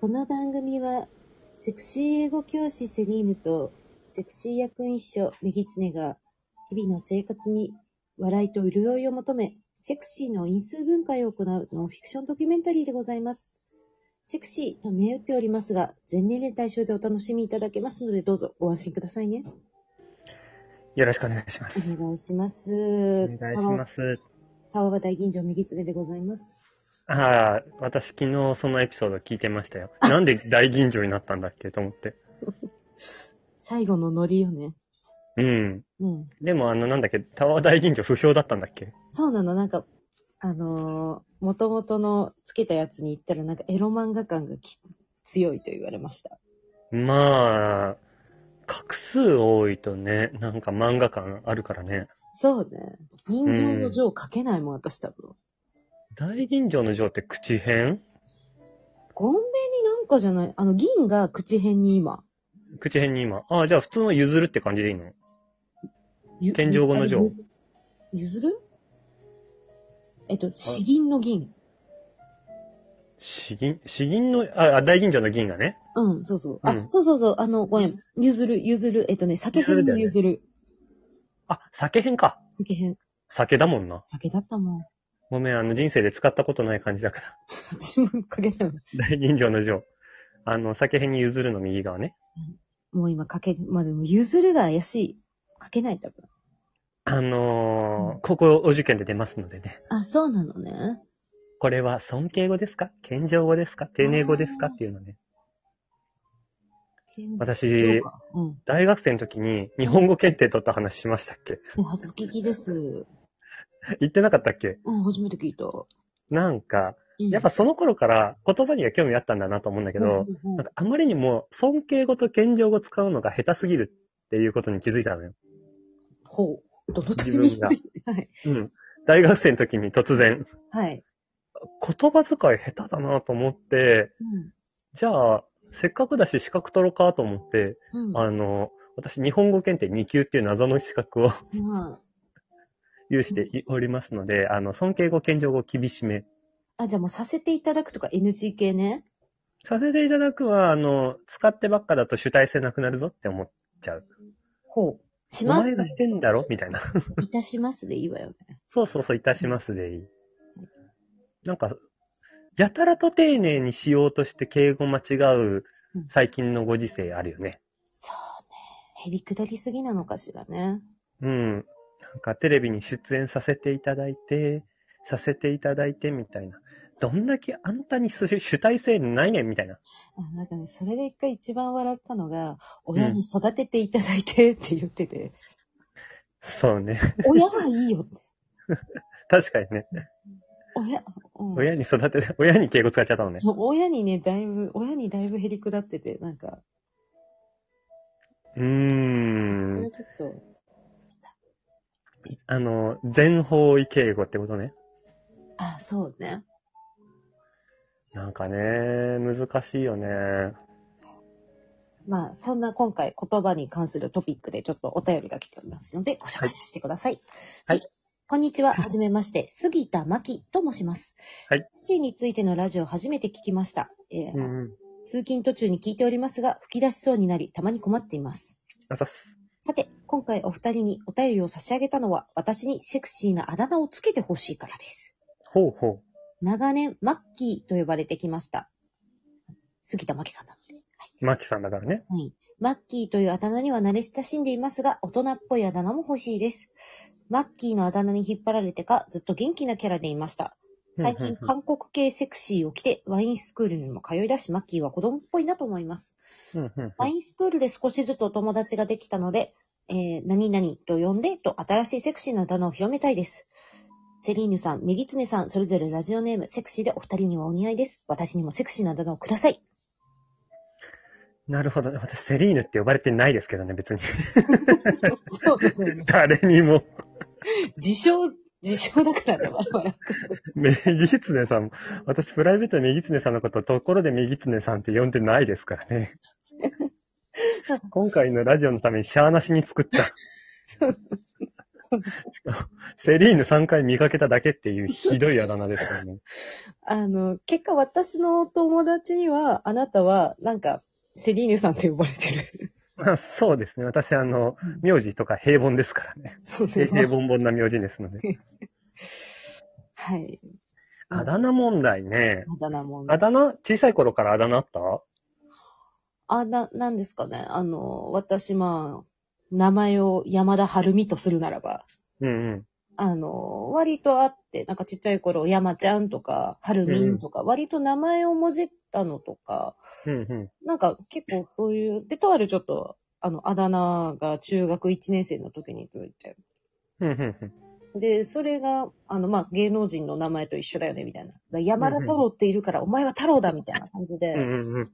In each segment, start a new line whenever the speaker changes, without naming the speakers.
この番組は、セクシー英語教師セリーヌと、セクシー役員秘書メギツネが、日々の生活に笑いと潤いを求め、セクシーの因数分解を行うノンフィクションドキュメンタリーでございます。セクシーと銘打っておりますが、全年齢対象でお楽しみいただけますので、どうぞご安心くださいね。
よろしくお願いします。
お願いします。。
お願いしますす。
川場大吟醸メギツネでございます。
ああ、私昨日そのエピソード聞いてましたよ。なんで大吟醸になったんだっけと思って。
最後のノリよね。
うん。
うん。
でもあの、なんだっけ、タワー大吟醸不評だったんだっけ
そうなの、なんか、あのー、元々のつけたやつに行ったら、なんかエロ漫画感がき強いと言われました。
まあ、画数多いとね、なんか漫画感あるからね。
そうね。銀醸の錠書けないもん、私多分。
大吟醸の錠って口編
ゴンベになんかじゃない、あの、銀が口辺に今。
口編に今。ああ、じゃあ普通の譲るって感じでいいの
ゆ
天井後の錠。
ゆ譲るえっと、詩銀の銀。
詩吟、詩吟の、あ、あ大吟醸の銀がね。
うん、そうそう。あ、
うん
そうそうそう、あの、ごめん。譲る、譲る。えっとね、酒編に譲る。
あ、酒編か。
酒編。
酒だもんな。
酒だったもん。
ごめん、あの人生で使ったことない感じだから。
私も書けないもん。
大吟醸の錠。あの、酒編に譲るの右側ね。
もう今書け、まあでも譲るが怪しい。書けない多分。
あのー
う
高校お受験で出ますのでね。
あ、そうなのね。
これは尊敬語ですか謙譲語ですか丁寧語ですかっていうのね。私、
うん。
大学生の時に日本語検定取った話しましたっけ
え、初聞きです。
言ってなかったっけ
うん、初めて聞いた。
なんか、
うん
やっぱその頃から言葉には興味あったんだなと思うんだけど、
うんうんう
なん
ん
かあまりにも尊敬語と謙譲語使うのが下手すぎるっていうことに気づいたのよ。
ほう。どのタイ
自
ミング
分が
で。 はい。
うん。大学生の時に突然、
はい。
言葉遣い下手だなと思って、じゃあ、せっかくだし資格取ろうかと思って、
うん。うん。
あの、私、日本語検定2級っていう謎の資格を
まあ、
有しておりますので、あの、尊敬語、謙譲語、厳しめ。
あ、じゃあもうさせていただくとか NG 系ね。
させていただくは、あの、使ってばっかだと主体性なくなるぞって思っちゃう。
ほう。し
お
ま
前
す
がしてんだろみたいな。
いたしますでいいわよね。
そうそうそう、いたしますでいい。なんか、やたらと丁寧にしようとして敬語間違う最近のご時世あるよね。
そうね。へりくだりすぎなのかしらね。
うん。なんかテレビに出演させていただいて、させていただいてみたいな。どんだけあんたに主主体性ないねんみたいな。
あなんかね、それで一回一番笑ったのが、親に育てていただいてって言ってて、
そうね。
親はいいよって。
確かにね。
親、うん、
親に育てて、親に敬語使っちゃったのね。
そう親にね、だいぶ、親にだいぶへりくだってて、なんか、
うー
これ
ん。
ちょっと、
あの、全方位敬語ってことね。
あ、そうね。
なんかね、難しいよね。
まあ、そんな今回言葉に関するトピックでちょっとお便りが来ておりますので、ご紹介してください。
はい
こんにちは。はじめまして、杉田真希と申します。
はい。
C についてのラジオ初めて聞きました。えー
うん。
通勤途中に聞いておりますが、吹き出しそうになり、たまに困っています。
あざっす。
さて、今回お二人にお便りを差し上げたのは、私にセクシーなあだ名をつけてほしいからです。
ほうほ
長年、マッキーと呼ばれてきました。杉田真希さんなので。
う。マキさんだからね。
はい。マッキーというあだ名には慣れ親しんでいますが、大人っぽいあだ名も欲しいです。マッキーのあだ名に引っ張られてか、ずっと元気なキャラでいました。最
うんうん
近、
うん
韓国系セクシーを着て、ワインスクールにも通い出し、マッキーは子供っぽいなと思います。
うんうんう
ワ
ん。
インスクールで少しずつお友達ができたので、えー、何々と呼んでと新しいセクシーな歌のを広めたいです。セリーヌさん、メギツネさん、それぞれラジオネーム、セクシーでお二人にはお似合いです。私にもセクシーな歌のをくださ い。
なるほどね。私、セリーヌって呼ばれてないですけどね、別に。
そうだよね。
誰にも。
自称、自称だからね、我々。
メギツネさんも、私プライベートでメギツネさんのこと、ところでメギツネさんって呼んでないですからね。今回のラジオのためにシャーなしに作った。しセリーヌ3回見かけただけっていうひどいあだ名ですよね。
あの、結果私の友達には、あなたは、なんか、セリーヌさんって呼ばれてる。
まあそうですね。私、あの、名字とか平凡ですからね。
そう
平
ね。
平凡凡な名字ですので。
はい。
あだ名問題ね。
あだ名も。
あだ名、小さい頃からあだ名あった
あだ、なんですかね。あの、私、まあ、名前を山田晴美とするならば、
うんうん。
あの、割とあって、なんかちっちゃい頃、山ちゃんとか、晴美とか、割と名前をもじったのとか、
うんうん。
なんか結構そういう、で、とあるちょっと、あの、あだ名が中学1年生の時に続いて、
うんうんうん。
で、それが、あの、まあ、芸能人の名前と一緒だよね、みたいな。だから山田太郎っているから、お前は太郎だ、みたいな感じで。
うんうんうん。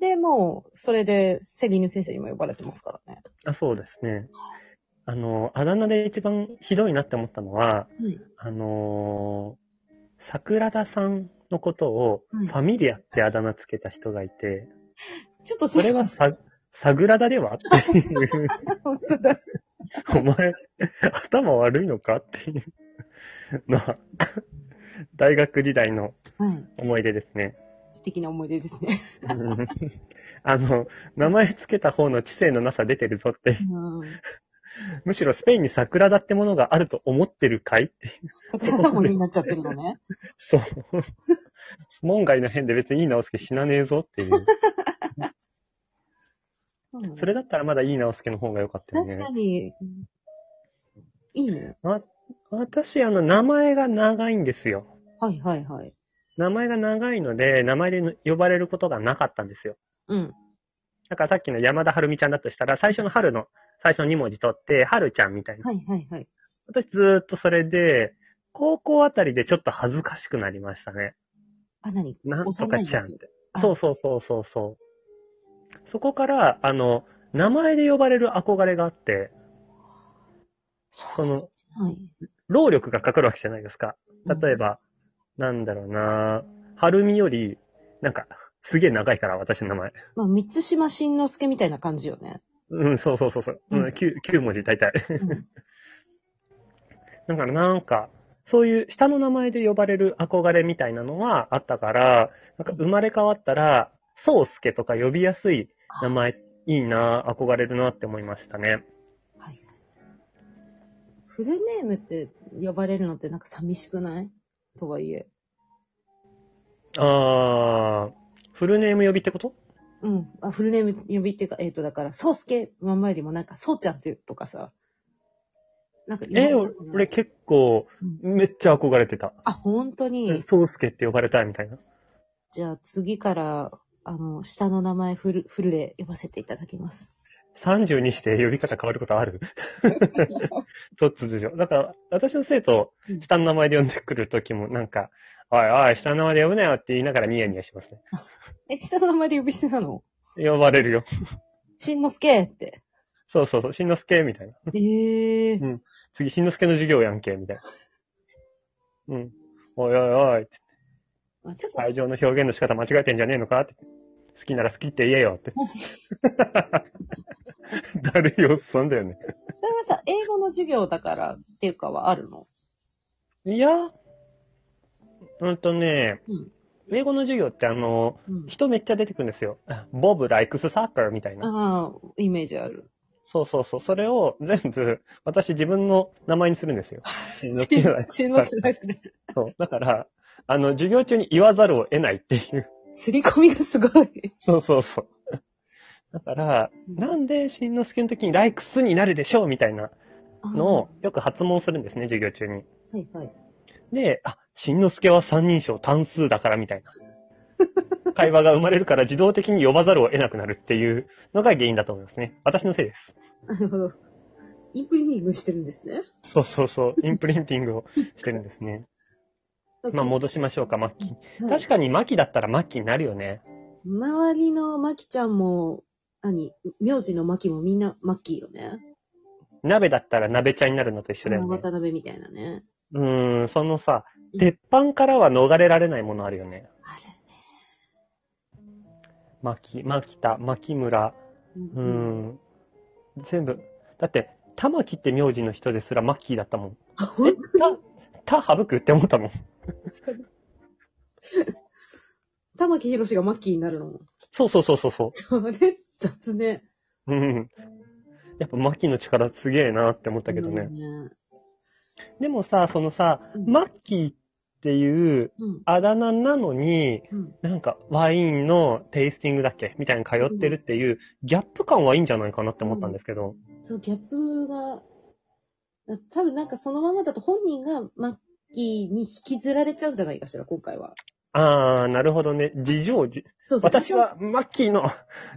で、もう、それで、セリーヌ先生にも呼ばれてますからね。
あ、そうですね。あの、あだ名で一番ひどいなって思ったの
は
は、
い
あのー桜田さんのことを、
は
フ
い
ァミリアってあだ名つけた人がいて、
ちょっと
それは、さ、サグラダではっていう。
本当だ
お前、頭悪いのかっていうのは、大学時代の
はい。
思い出ですね。
素敵な思い出ですね。
うんあの、名前つけた方の知性のなさ出てるぞって。
うん。
むしろスペインに桜田ってものがあると思ってるかい って。
桜田もになっちゃってるのね。
そう。門外の変で別にいい直すけ死なねえぞっていう。
うん
それだったらまだいい直すけの方が良かったよね。
確かに、うんいいね。
私、あの、名前が長いんですよ。
はいはいはい。
名前が長いので、名前で呼ばれることがなかったんですよ。
うん。
だからさっきの山田春美ちゃんだとしたら、最初の春の、最初の2文字取って、春ちゃんみたいな。
はいはいはい。
私ずーっとそれで、高校あたりでちょっと恥ずかしくなりましたね。
あ、なに
なんとかちゃんって。
あ
そうそうそうそうそう。そこから、あの、名前で呼ばれる憧れがあって、
そうですねはい。
労力がかかるわけじゃないですか。例えば、なんだろうな春美より、なんか、すげえ長いから、私の名前。
まあ、三島慎之介みたいな感じよね。
うん、そうそうそうそう。う
うん
ん、9, 9文字大体。
ん
だからなんか、そういう下の名前で呼ばれる憧れみたいなのはあったから、なんか生まれ変わったら、宗介とか呼びやすい名前、いいな、憧れるなって思いましたね。
はい。フルネームって呼ばれるのってなんか寂しくないとはいえ。
あー、フルネーム呼びってこと
うん。あ、フルネーム呼びっていうか、えっ、と、だから、そうすけ、まんまよりもなんか、そうちゃんっていうとかさ。なんか呼ばれ
え、
るの
俺
かな、
俺結構、めっちゃ憧れてた。
あ、本当に。
宗介って呼ばれたいみたいな。
じゃあ、次から、あの、下の名前フル、フルで呼ばせていただきます。
30にして呼び方変わること ある突如。だから、私の生徒
うん、
下の名前で呼んでくるときも、なんか、おいおい、下の名前で呼ぶなよって言いながらニヤニヤしますね。
え、下の名前で呼び捨てなの
呼ばれるよ。
しんのすけって。
そうそうそう、しんのすけみたいな。
ええー。
次、しんのすけの授業やんけ、みたいな。うん。おいおいおい、
まあ、ちょっと、
愛情の表現の仕方間違えてんじゃねえのかって。好きなら好きって言えよって。 誰よ、そんだよね。
それはさ、英語の授業だからっていうかはあるの
いや、うんとね、
うん
英語の授業ってあの、
うん。
人めっちゃ出てくるんですよ。ボブ・ライクス・サッカーみたいな。
ああ、イメージある。
そうそうそう。それを全部、私自分の名前にするんですよ。しんのすけライクス
中学大好きで。
そう。だから、あの、授業中に言わざるを得ないっていう。
すり込みがすごい。
そうそうそう。だから、なんでしんのすけの時にライクスになるでしょうみたいなのをよく発問するんですね、授業中に。
はいはい。
で、あ、しんのすけは三人称単数だからみた いな。会話が生まれるから自動的に呼ばざるを得なくなるっていうのが原因だと思いますね。私のせいです。
なるほど。インプリニングしてるんですね。
そうそう そう、インプリンティングをしてるんです ね。まあ戻しましょうか、マッキー。
はい
確かにマキだったらマッキーになるよね。
周りのマキちゃんも、何名字のマキもみんなマッキーよね。
鍋だったら鍋茶になるのと一緒だよね。
渡辺みたいなね。
うーん、そのさ、鉄板からは逃れられないものあるよね。
あ
マキ、マキタ、マキ村、
れ。
うーん。全部。だって、玉木って名字の人ですらマッキーだったもん。
あ、本当に
た、省くって思ったもん。
玉木宏がマッキーになるのも。
そうそうそうそうそ
それ、雑ね。
う。うん。やっぱマッキーの力すげえなって思ったけどね。
ね。
でもさ、そのさ、
うん
マッキーっていう
うん。
あだ名なのに、
うん。
なんかワインのテイスティングだっけみたいに通ってるっていう、ギャップ感はいいんじゃないかなって思ったんですけど。
そう、ギャップが、多分なんかそのままだと本人がマッキーに引きずられちゃうんじゃないかしら、今回は。
あー、なるほどね。事情、じ
そうそう。
私はマッキーの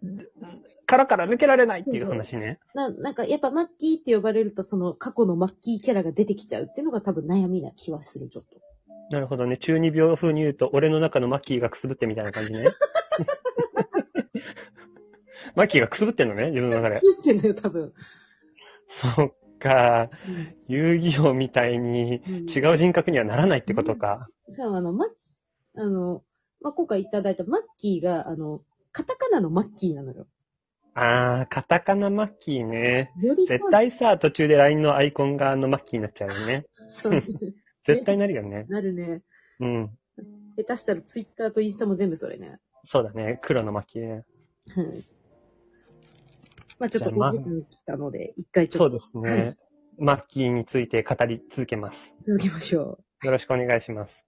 殻から抜けられないっていう話ね。
な、なんかやっぱマッキーって呼ばれると、その過去のマッキーキャラが出てきちゃうっていうのが多分悩みな気はする、ちょっ と。
なるほどね。中二病風に言うと、俺の中のマッキーがくすぶってみたいな感じね。 マッキーがくすぶってんのね、自分の中で。
言ってんだよ、多分。
そっか。遊戯王みたいに違う人格にはならないってことか。
しかもあの、ま、あの、まあ、今回いただいたマッキーが、あの、カタカナのマッキーなのよ。
あー、カタカナマッキーね。
より
絶対さ、途中で LINE のアイコンがあのマッキーになっちゃうよね。
そうね
絶対なるよね。
なるね。
うん。
下手したらツイッターとインスタも全部それね。
そうだね。黒のマッキーね。
うん。まあ、ちょっと
じゃあ
5時間来たので、一回ち
そ
ょ
う
っと
ですね。マッキーについて語り続けます。
続けましょう。
よろしくお願いします。